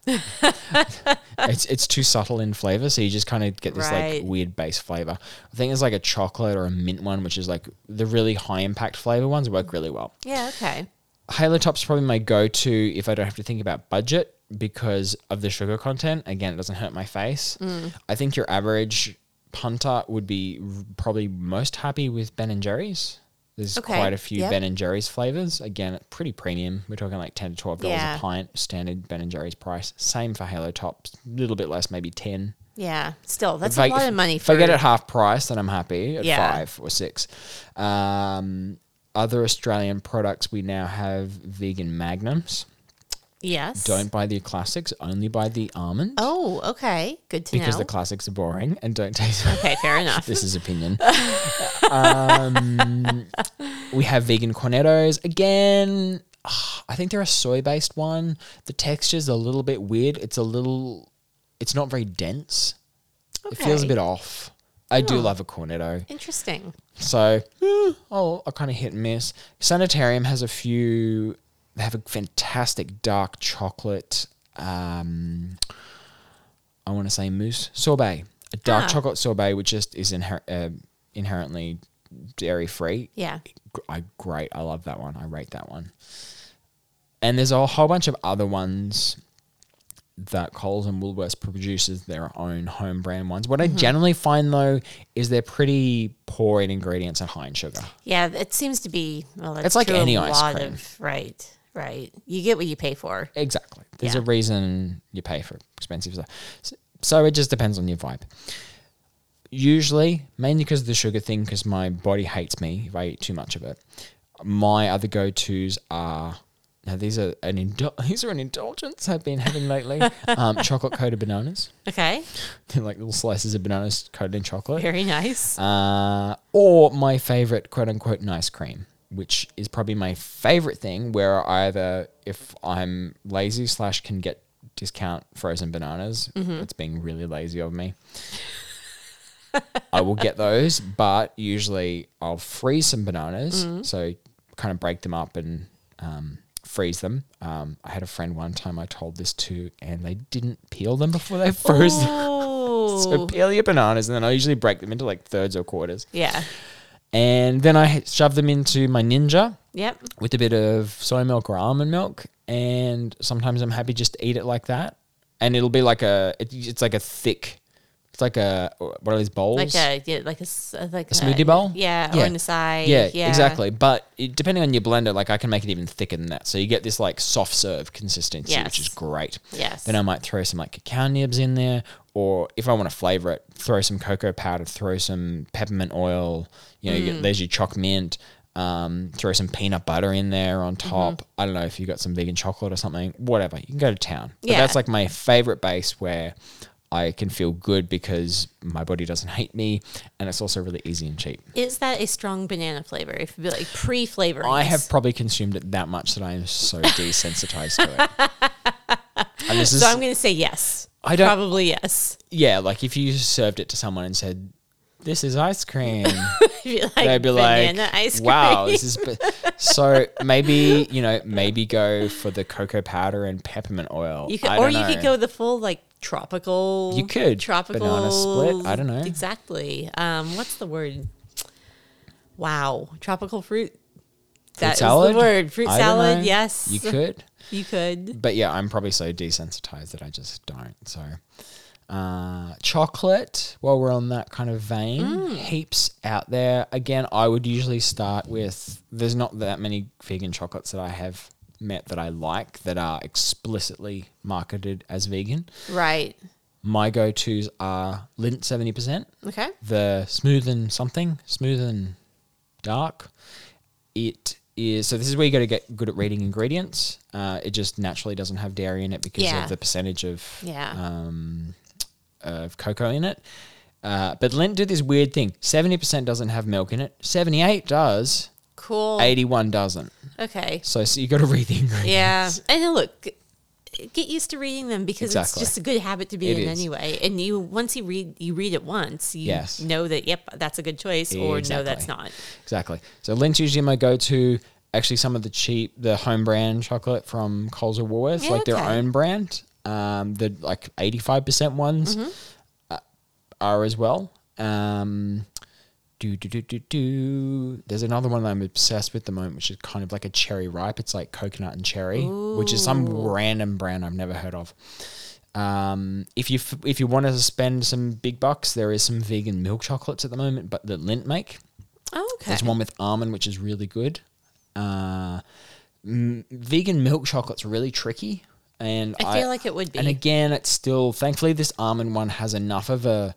it's it's too subtle in flavor, so you just kind of get this Right. like weird base flavor. I think there's like a chocolate or a mint one, which is like the really high impact flavor ones work really well. Yeah, okay. Halo Top's probably my go to if I don't have to think about budget because of the sugar content. Again, it doesn't hurt my face. Mm. I think your average punter would be r- probably most happy with Ben and Jerry's. There's Okay, quite a few yep. Ben and Jerry's flavors. Again, pretty premium. We're talking like ten to twelve dollars Yeah. a pint, standard Ben and Jerry's price. Same for Halo Tops, a little bit less, maybe ten. Yeah. Still, that's If I- a lot if- of money If for I get it half price, then I'm happy at Yeah. five or six. Um, other Australian products, we now have vegan magnums. Yes. Don't buy the classics, only buy the almond Oh, okay. Good to because know. the classics are boring and don't taste. okay, fair enough. this is opinion. um, we have vegan cornettos again. ah, I think they're a soy based one. The texture's a little bit weird. It's a little, it's not very dense. It feels a Okay. bit off. I do love a cornetto. Interesting. So eh, I'll, I'll kind of hit and miss. Sanitarium has a few. They have a fantastic dark chocolate. Um, I want to say mousse sorbet, a dark Ah. chocolate sorbet, which just is inher- uh, inherently dairy free. Yeah. I great. I love that one. I rate that one. And there's a whole bunch of other ones that Coles and Woolworths produces their own home brand ones. What I generally find though is they're pretty poor in ingredients and high in sugar. Yeah, it seems to be. Well, that's It's like true of any a ice lot cream. Of, right, right. You get what you pay for. Exactly. There's a Yeah. reason you pay for expensive stuff. S- So it just depends on your vibe. Usually, mainly because of the sugar thing, because my body hates me if I eat too much of it. My other go tos are now these are an indul- these are an indulgence I've been having lately. um, chocolate coated bananas, Okay, they're like little slices of bananas coated in chocolate. very nice. Uh, or my favorite quote unquote nice cream, which is probably my favorite thing where I either if I'm lazy slash can get discount frozen bananas, it's being really lazy of me. I will get those, but usually I'll freeze some bananas. So kind of break them up and um, freeze them. Um, I had a friend one time I told this to, and they didn't peel them before they froze them. So Oh, peel your bananas, and then I usually break them into like thirds or quarters, yeah. and then I shove them into my ninja Yep. with a bit of soy milk or almond milk, and sometimes I'm happy just to eat it like that, and it'll be like a it, it's like a thick It's like a what are these bowls? like a yeah, like a s- uh, like a, smoothie bowl? Yeah, Yeah. or an acai. yeah, exactly. But it, depending on your blender, like I can make it even thicker than that. So you get this like soft serve consistency, which is Yes. great. Yes. Then I might throw some like cacao nibs in there, or if I want to flavor it, throw some cocoa powder, throw some peppermint oil. You know, you Mm. get, there's your choc mint. Um, throw some peanut butter in there on Mm-hmm. top. I don't know if you got some vegan chocolate or something. Whatever, you can go to town. But Yeah. that's like my favorite base where I can feel good because my body doesn't hate me, and it's also really easy and cheap. Is that a strong banana flavor? If you be like pre-flavoring, I have probably consumed it that much that I am so desensitized to it. And this is, So I'm going to say yes. I don't- probably yes. yeah, like if you served it to someone and said, "This is ice cream," If you like they'd be banana like, ice cream. "Wow, this is." b-" So maybe you know, maybe go for the cocoa powder and peppermint oil. You could, I or don't you could know. go the full like tropical. You could. tropical Banana split? I don't know. exactly. Um, what's the word? Wow, tropical fruit. Fruit That is salad? the word. Fruit I don't salad. know. Yes, You could. You could. but yeah, I'm probably so desensitized that I just don't. So, uh, chocolate, while we're on that kind of vein, heaps out there. Again, I would usually start with there's not that many vegan chocolates that I have met that I like that are explicitly marketed as vegan. Right. My go tos are Lint 70% Okay. the smooth and something, smooth and dark. It is so. This is where you got to get good at reading ingredients. Uh, it just naturally doesn't have dairy in it because Yeah. of the percentage of Yeah. um, of cocoa in it. Uh, but Lint did this weird thing. Seventy percent doesn't have milk in it. Seventy-eight does. Cool. Eighty-one doesn't. Okay. So, so you got to read the ingredients. Yeah. And then look, g- get used to reading them because Exactly. it's just a good habit to be It in is. anyway. And you once you read you read it once, you Yes. know that yep, that's a good choice or no that's not. Exactly. So Lint's usually my go-to. Actually, some of the cheap, the home brand chocolate from Coles or Woolworths, Yeah, like their okay. own brand, um, the like eighty-five percent ones Mm-hmm. uh, are as well. Um, do do do do do. There's another one that I'm obsessed with at the moment, which is kind of like a cherry ripe. It's like coconut and cherry, which is some random brand I've never heard of. Um, if you f- if you want to spend some big bucks, there is some vegan milk chocolates at the moment, but that Lint make. Oh, okay. There's one with almond, which is really good. Uh, m- vegan milk chocolate's really tricky, and I feel like it would be. And again, it's still thankfully this almond one has enough of a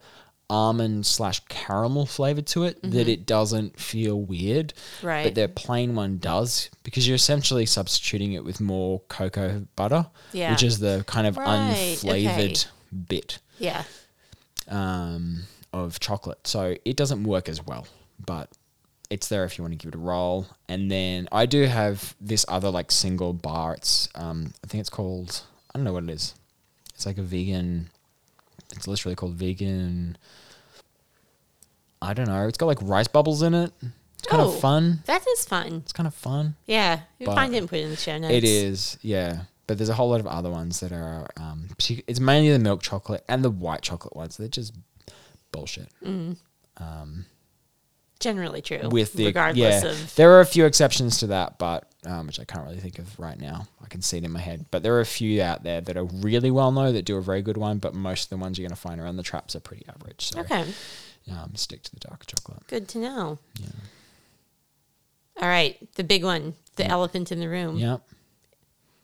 almond slash caramel flavor to it that it doesn't feel weird. But Mm-hmm. Right. their plain one does because you're essentially substituting it with more cocoa butter, Yeah. which is the kind of Right, unflavored bit yeah. um, of chocolate. So it doesn't work as well, but it's there if you want to give it a roll. And then I do have this other like single bar. It's um, I think it's called I don't know what it is. It's like a vegan. It's literally called vegan. I don't know. It's got like rice bubbles in it. It's kind Oh. of fun. That is fun. It's kind of fun. Yeah. You But can find it and put it in the show notes. It is, yeah. But there's a whole lot of other ones that are. Um, partic- it's mainly the milk chocolate and the white chocolate ones. They're just bullshit. Generally true. With the regardless yeah, of there are a few exceptions to that, but um, which I can't really think of right now. I can see it in my head, but there are a few out there that are really well known that do a very good one. But most of the ones you're going to find around the traps are pretty average. So Okay. um, stick to the dark chocolate. Good to know. All right. The big one. The elephant in the room. Yeah.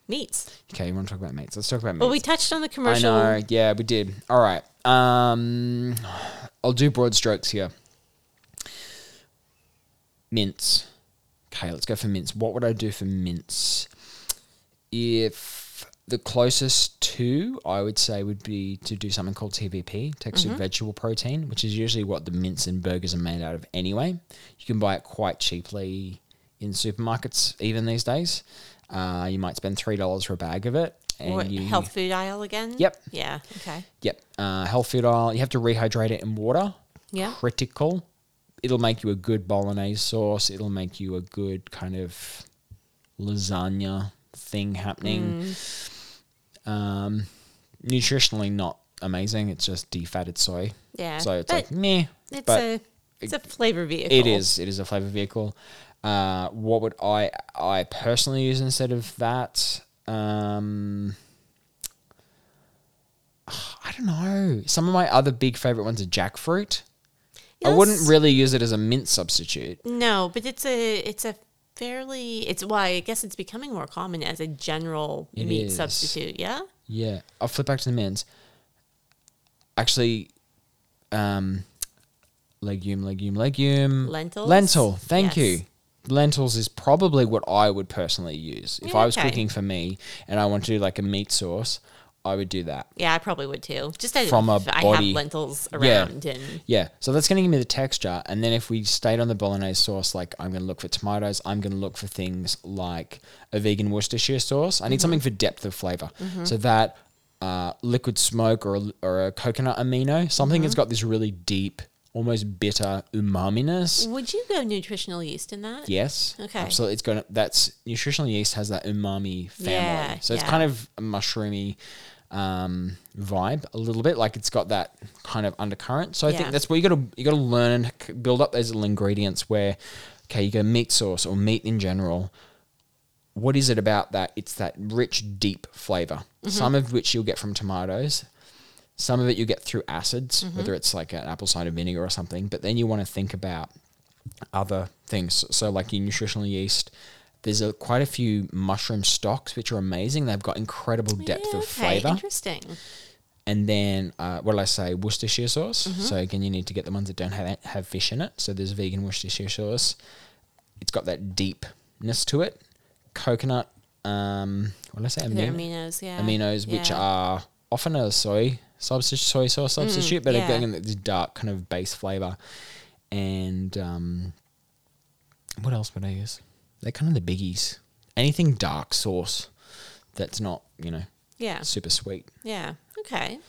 Meats. Okay, you want to talk about mates? Let's talk about mates. Well, we touched on the commercial. I know. Yeah, we did. All right. Um, I'll do broad strokes here. Mints. Okay, let's go for mints. What would I do for mints? If the closest to, I would say, would be to do something called TVP, textured Mm-hmm. vegetable protein, which is usually what the mints and burgers are made out of anyway. You can buy it quite cheaply in supermarkets, even these days. Uh, you might spend $3 for a bag of it. And What, you, health food aisle again? Yep. Yeah. Okay. Yep. Uh, health food oil. You have to rehydrate it in water. Yeah. Critical. It'll make you a good bolognese sauce. It'll make you a good kind of lasagna thing happening. Mm. Um, nutritionally not amazing. It's just defatted soy. Yeah, So it's but like meh. It's but a it's a flavor vehicle. it is. It is a flavor vehicle. Uh, what would I I personally use instead of that? Um, I don't know. Some of my other big favorite ones are jackfruit. I Yes. wouldn't really use it as a mint substitute. No, but it's a it's a fairly it's why I guess it's becoming more common as a general It meat is. substitute. Yeah. Yeah, I'll flip back to the men's. Actually, um, legume, legume, legume. Lentils? Lentil. Thank Yes. you. Lentils is probably what I would personally use if Yeah, I was okay. cooking for me and I wanted to do like a meat sauce. I would do that. Yeah, I probably would too. Just as From a if I body- have lentils Yeah. around and Yeah, so that's going to give me the texture. And then if we stayed on the bolognese sauce, like I'm going to look for tomatoes, I'm going to look for things like a vegan Worcestershire sauce. I need something for depth of flavor. So that uh, liquid smoke or a, or a coconut amino, something that's got this really deep, almost bitter umaminess. would you go nutritional yeast in that? Yes. Okay. Absolutely. It's going to, that's nutritional yeast has that umami family. Yeah, so it's yeah. kind of a mushroomy um, vibe a little bit. Like it's got that kind of undercurrent. So I Yeah. think that's where you got to, you got to learn and c- build up those little ingredients where, okay, you go meat sauce or meat in general. What is it about that? It's that rich, deep flavor, Mm-hmm. some of which you'll get from tomatoes. Some of it you get through acids, Mm-hmm. whether it's like an apple cider vinegar or something. But then you want to think about other things. So, like your nutritional yeast, there's a, quite a few mushroom stocks which are amazing. They've got incredible depth Oh, Yeah, of okay, flavor. Interesting. And then, uh, what did I say? Worcestershire sauce. Mm-hmm. So, again, you need to get the ones that don't have, have fish in it. So, there's vegan Worcestershire sauce. It's got that deepness to it. Coconut, um, what did I say? The Amino- aminos, yeah. aminos, which Yeah. Mm, are often a soy substitute, soy sauce substitute, but yeah. again, this dark kind of base flavor. And um, what else would I use? They're kind of the biggies. Anything dark sauce that's not, you know, Yeah. super sweet. Yeah. Okay.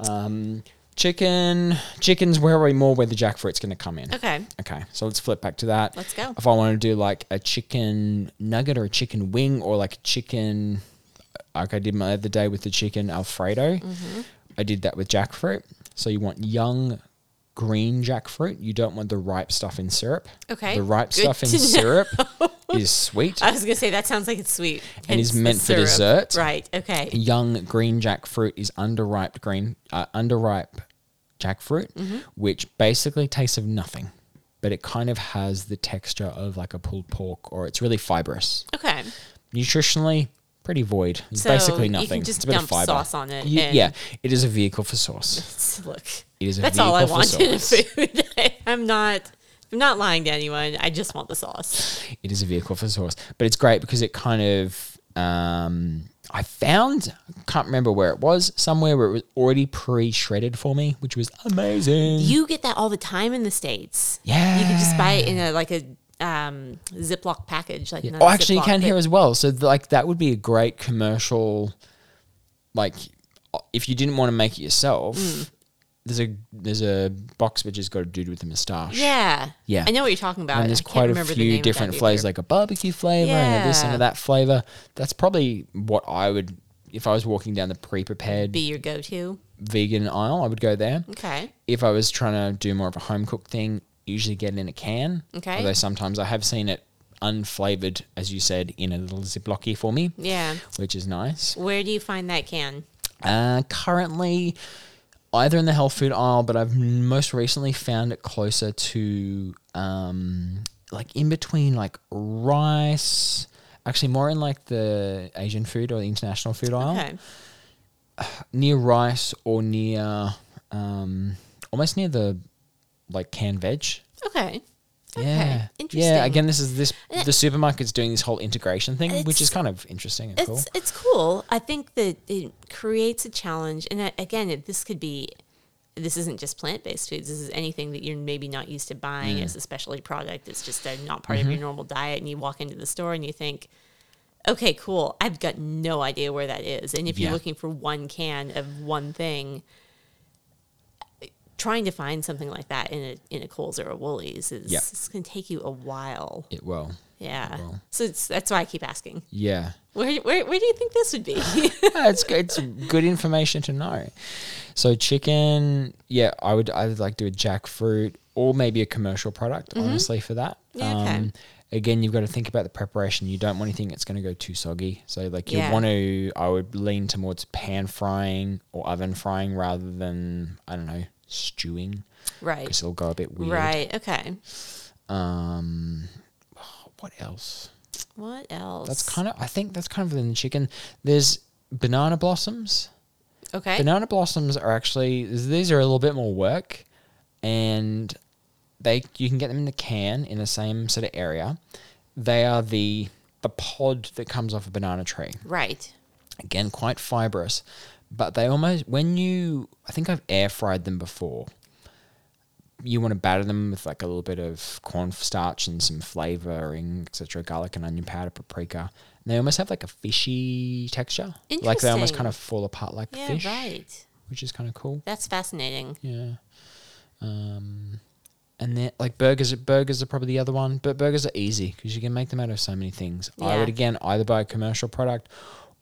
Um, chicken, chickens, where are we more where the jackfruit's going to come in? Okay. Okay, so let's flip back to that. Let's go. If I want to do like a chicken nugget or a chicken wing or like a chicken, like I did my other day with the chicken Alfredo, Mm-hmm. I did that with jackfruit. So you want young green jackfruit. You don't want the ripe stuff in syrup. Okay, The ripe good stuff in to know. syrup is sweet. I was gonna say that sounds like it's sweet. And is hence the meant for syrup. dessert. Right. Okay. young green jackfruit is underripe green uh, underripe jackfruit, Mm-hmm. which basically tastes of nothing, but it kind of has the texture of like a pulled pork, or it's really fibrous. Okay. Nutritionally, pretty void. It's So basically you can nothing. just it's a bit dump of fiber. sauce on it Ye- and- yeah, it is a vehicle for sauce. It's- Look. It is a That's all I vehicle for want in a sauce. food. I'm not I'm not lying to anyone. I just want the sauce. It is a vehicle for sauce, but it's great because it kind of. Um, I found, I can't remember where it was, somewhere where it was already pre shredded for me, which was amazing. You get that all the time in the states. yeah. You can just buy it in a like a um, Ziploc package. Like not Oh, a actually, you Ziploc, can but- here as well. So, th- like, that would be a great commercial. Like, o- if you didn't want to make it yourself, Mm. there's a there's a box which has got a dude with a moustache. Yeah. Yeah. I know what you're talking about. And there's I can't quite a remember the name few of that different either. flavors, like a barbecue flavor and a this and Yeah. a that flavor. That's probably what I would, if I was walking down the pre-prepared Be your go-to. vegan aisle, I would go there. Okay. If I was trying to do more of a home cook thing, usually get it in a can. Okay. Although sometimes I have seen it unflavored, as you said, in a little ziplocky for me Yeah. which is nice. Where do you find that can? Uh, currently, either in the health food aisle, but I've most recently found it closer to um, like in between like rice. Actually, more in like the Asian food or the international food aisle, Okay. near rice or near um, almost near the like canned veg. Okay. Yeah, Interesting. Yeah, again, this is this the supermarket's doing this whole integration thing, which It's- is kind of interesting and It's cool. it's cool. I think that it creates a challenge, and that, again, it, this could be. This isn't just plant based foods. This is anything that you're maybe not used to buying as a specialty product. It's just a, not part of Mm-hmm. your normal diet. And you walk into the store and you think, okay, cool. I've got no idea where that is. And if you're Yeah. looking for one can of one thing, trying to find something like that in a in a Coles or a Woolies is Yeah. it's going to take you a while. It will. Yeah. Well. So it's, that's why I keep asking. Yeah. Where, where, where do you think this would be? yeah, it's good. It's good information to know. So chicken, yeah, I would either like do a jackfruit or maybe a commercial product, honestly, for that. Mm-hmm. Um, Yeah, okay. again, you've got to think about the preparation. You don't want anything that's going to go too soggy. So, like, you Yeah. want to, I would lean towards pan frying or oven frying rather than, I don't know, stewing Right. because it'll go a bit weird. Right. Okay. Um, what else? What else? That's kind of, I think that's kind of in the chicken. There's banana blossoms. of okay. Banana blossoms are actually these are a little bit more work, and they you can get them in the can in the same sort of area. They are the the pod that comes off a banana tree. right. Again, quite fibrous, but they almost when you I think I've air fried them before. You want to batter them with like a little bit of cornstarch and some flavoring, etc., garlic and onion powder, paprika. And they almost have like a fishy texture, like they almost Interesting. kind of fall apart like Yeah. fish Right. which is kind of cool. That's fascinating. Yeah. Um, and then like burgers, burgers are probably the other one, but burgers are easy because you can make them out of so many things. I Yeah. would again either buy a commercial product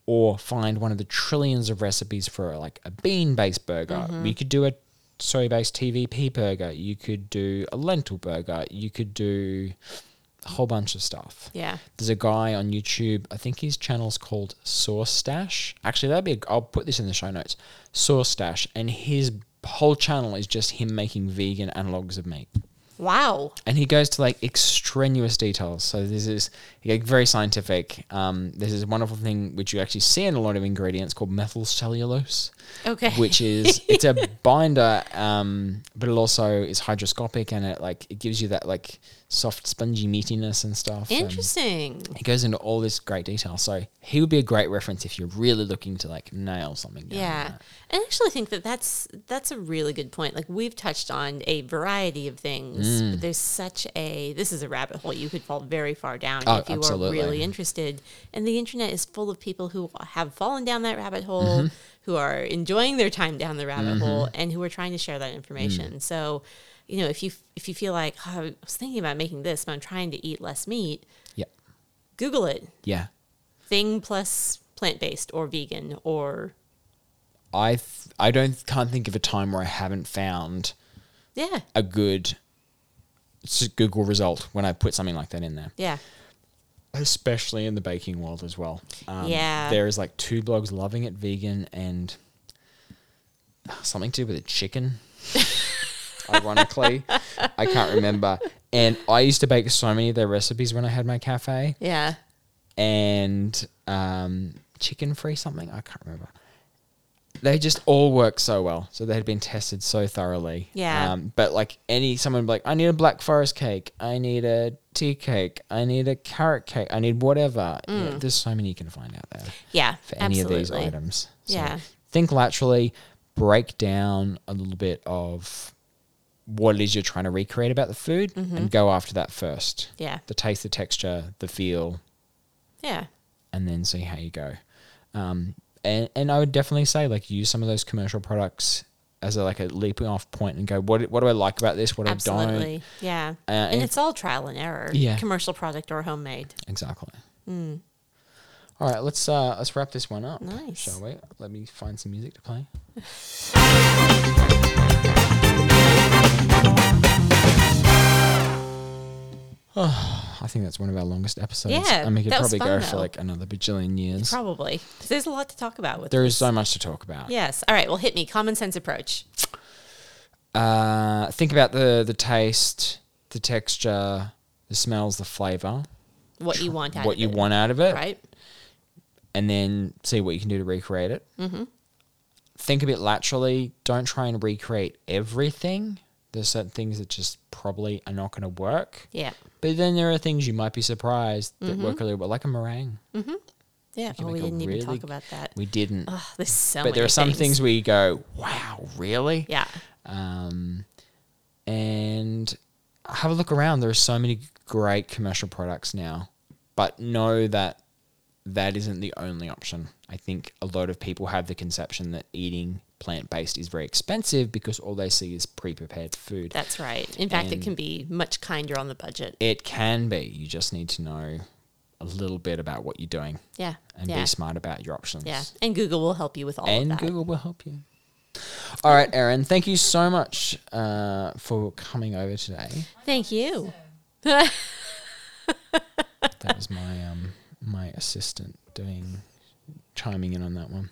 or find one of the trillions of recipes for like a bean-based burger. You could do a soy-based TVP burger. You could do a lentil burger. You could do a whole bunch of stuff. Yeah. There's a guy on YouTube. I think his channel's called Sauce Stash. Actually, that'd be. A, I'll put this in the show notes. Sauce Stash, and his whole channel is just him making vegan analogs of meat. Wow. And he goes to like extraneous details. So this is like very scientific. Um, this is a wonderful thing which you actually see in a lot of ingredients called methyl cellulose Okay. which is it's a binder, um, but it also is hydroscopic and it like it gives you that like soft spongy meatiness and stuff. and interesting. he goes into all this great detail, so he would be a great reference if you're really looking to like nail something. Down Yeah. I actually think that that's that's a really good point. Like we've touched on a variety of things, Mm. but there's such a this is a rabbit hole you could fall very far down Oh, if you absolutely. are really interested. And the internet is full of people who have fallen down that rabbit hole, Mm-hmm. who are enjoying their time down the rabbit hole and who are trying to share that information. Mm. So, you know, if you if you feel like oh, I was thinking about making this, but I'm trying to eat less meat, Yeah. Google it. Yeah. Thing plus plant-based or vegan or I th- I don't can't think of a time where I haven't found yeah. a good s- Google result when I put something like that in there. Yeah. especially in the baking world as well. Um, Yeah. There is like two blogs loving it vegan and uh, something to do with a chicken. Ironically, I can't remember. And I used to bake so many of their recipes when I had my cafe Yeah. and um, chicken free something. I can't remember. They just all work so well. So they had been tested so thoroughly. Yeah. Um, but like any someone would be like, I need a black forest cake. I need a tea cake. I need a carrot cake. I need whatever. You know, there's so many you can find out there Yeah, for Mm. absolutely. any of these items. So Yeah. Think laterally. Break down a little bit of what it is you're trying to recreate about the food, and go after that first. Mm-hmm. Yeah. The taste, the texture, the feel, Yeah. and then see how you go. Um, and, and I would definitely say like use some of those commercial products as a, like a leaping off point and go what what do I like about this? What I don't uh, Absolutely. Yeah. and and- it's all trial and error. Yeah. Commercial product or homemade. exactly. All right, let's uh, let's wrap this one up. Mm. Nice. shall we? Let me find some music to play. Oh, I think that's one of our longest episodes. Yeah, I mean, it could that was probably fun, go for though. like another bajillion years. Probably. 'Cause There's a lot to talk about with There this. is so much to talk about. Yes. All right. Well, hit me. Common sense approach. Uh, think about the the taste, the texture, the smells, the flavor, What you want out what of you it, want out of it, Right? and then see what you can do to recreate it. Mm-hmm. Think a bit laterally. Don't try and recreate everything. There's certain things that just probably are not going to work. Yeah. But then there are things you might be surprised that work Mm-hmm. really well, like a meringue. Yeah. can Oh, we make a didn't even really talk about that. We didn't. Ugh, there's so but there many are some things. where you go, wow, really? Yeah. um, and have a look around. There are so many great commercial products now, but know that that isn't the only option. I think a lot of people have the conception that eating plant based is very expensive because all they see is pre prepared food. That's right. In fact, And- it can be much kinder on the budget. it can be. You just need to know a little bit about what you're doing Yeah. and yeah. be smart about your options. yeah. And Google will help you with all and of that. Google will help you. All right, Erin, thank you so much uh, for coming over today. Thank you. that was my um my assistant doing chiming in on that one.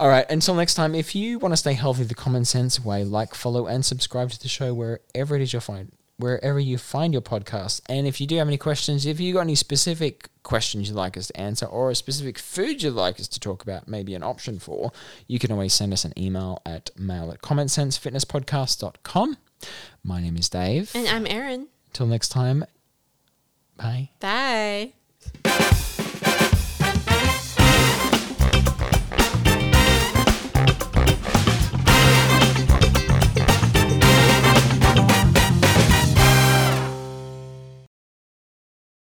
All right, until next time, if you want to stay healthy the common sense way, like, follow, and subscribe to the show wherever it is you find wherever you find your podcast. And if you do have any questions, if you got any specific questions you'd like us to answer or a specific food you'd like us to talk about, maybe an option for, you can always send us an email at mail at commonsensefitnesspodcast.com. My name is Dave. And I'm Erin. Till next time, bye. Bye.